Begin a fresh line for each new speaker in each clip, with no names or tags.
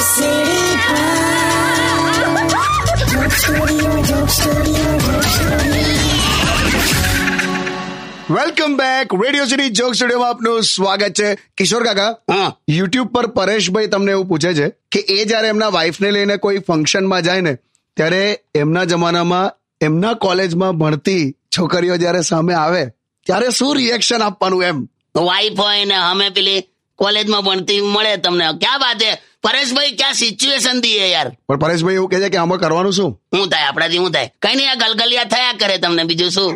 સીડી
welcome back radio city joke સ્ટુડિયોમાં આપનું સ્વાગત છે કિશોર કાકા
હા.
યુટ્યુબ પર પરેશભાઈ તમને એવું પૂછે છે કે એ જ્યારે એમના વાઈફને લઈને કોઈ ફંક્શનમાં જાય ને ત્યારે એમના જમાનામાં એમના કોલેજમાં ભણતી છોકરીઓ જ્યારે સામે આવે ત્યારે શું રિએક્શન આપવાનું એમ
વાઈફ હોય ને અમે પેલી કોલેજમાં ભણતી મળે તમને ક્યાં વાત હે પરેશભાઈ ક્યાં સિચ્યુએશન દી હે યાર
પણ પરેશભાઈ એવું કહે છે કે આમાં કરવાનું શું
હું થાય આપણાથી હું થાય કઈ નહીં આ ગલગલિયા થયા કરે તમને બીજું શું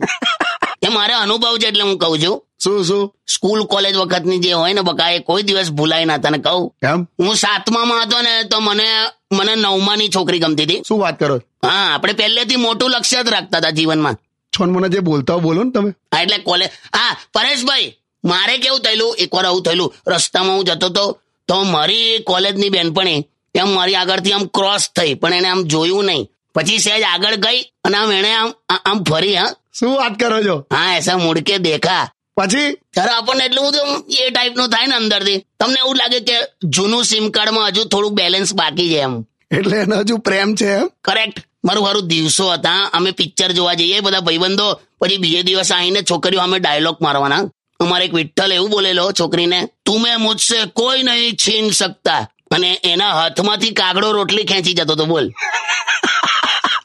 એ મારે અનુભવ છે એટલે હું કહું છું
શું શું
સ્કૂલ કોલેજ વખતની જે હોય ને બકા એ કોઈ દિવસ ભૂલાય ના તને કહું
એમ
હું સાતમામાં હતો ને તો મને મને નવમાની છોકરી ગમતી હતી
શું વાત કરો
હા આપણે પહેલેથી મોટું લક્ષ્ય જ રાખતા હતા જીવનમાં
છોન મને જે બોલતા હોય બોલો ને તમે
હા એટલે કોલેજ હા પરેશભાઈ મારે કેવું થયેલું એકવાર આવું થયેલું રસ્તામાં હું જતો હતો તો મારી કોલેજની બેનપણી એમ મારી આગળથી આમ ક્રોસ થઈ પણ એને આમ જોયું નહીં પછી સહેજ આગળ ગઈ અને આમ એણે આમ આ- આમ ફરી હા
શું વાત કરો છો
હા એસા મુડકે દેખા
પછી
ત્યારે આપણને એટલું બધું આમ એ ટાઈપનું થાય ને અંદરથી તમને એવું લાગે કે જૂનું સિમ કાર્ડમાં હજુ થોડું બેલેન્સ બાકી છે એમ
એટલે એનો હજુ પ્રેમ છે એમ
કરેક્ટ મારું મારું દિવસો હતા અમે પિક્ચર જોવા જઈએ બધા ભાઈબંધો પછી બીજે દિવસ આવીને છોકરીઓ અમે ડાયલોગ મારવાના અમારે એક વિઠ્ઠલ એવું બોલેલો છોકરીને તુમે મુજસે કોઈ નહીં છીન શકતા અને એના હાથમાંથી કાગડો રોટલી ખેંચી જતો હતો બોલ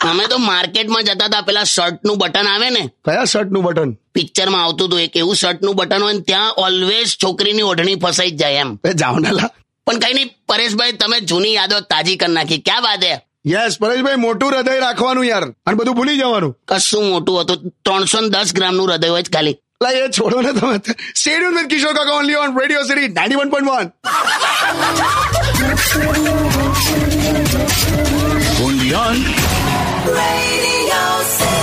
અમે તો માર્કેટમાં જતા હતા પેલા શર્ટનું બટન આવે ને
કયા શર્ટનું બટન
પિક્ચરમાં આવતું હતું એક એવું શર્ટનું બટન હોય ને ત્યાં ઓલવેઝ છોકરીની ઓઢણી ફસાઈ જ જાય એમ
એ જાવનાલા
પણ કઈ નહીં પરેશભાઈ તમે જૂની યાદો તાજી કરી નાખી ક્યાં વાત હે
યસ પરેશભાઈ મોટું હૃદય રાખવાનું યાર અને બધું ભૂલી જવાનું
કશું મોટું હતું ત્રણસો દસ ગ્રામ નું હૃદય હોય જ ખાલી
લા એ છોડો ને તમે સ્ટેડિયમ વિથ કિશોર કાકા only on radio city ninety one point one
Radio City.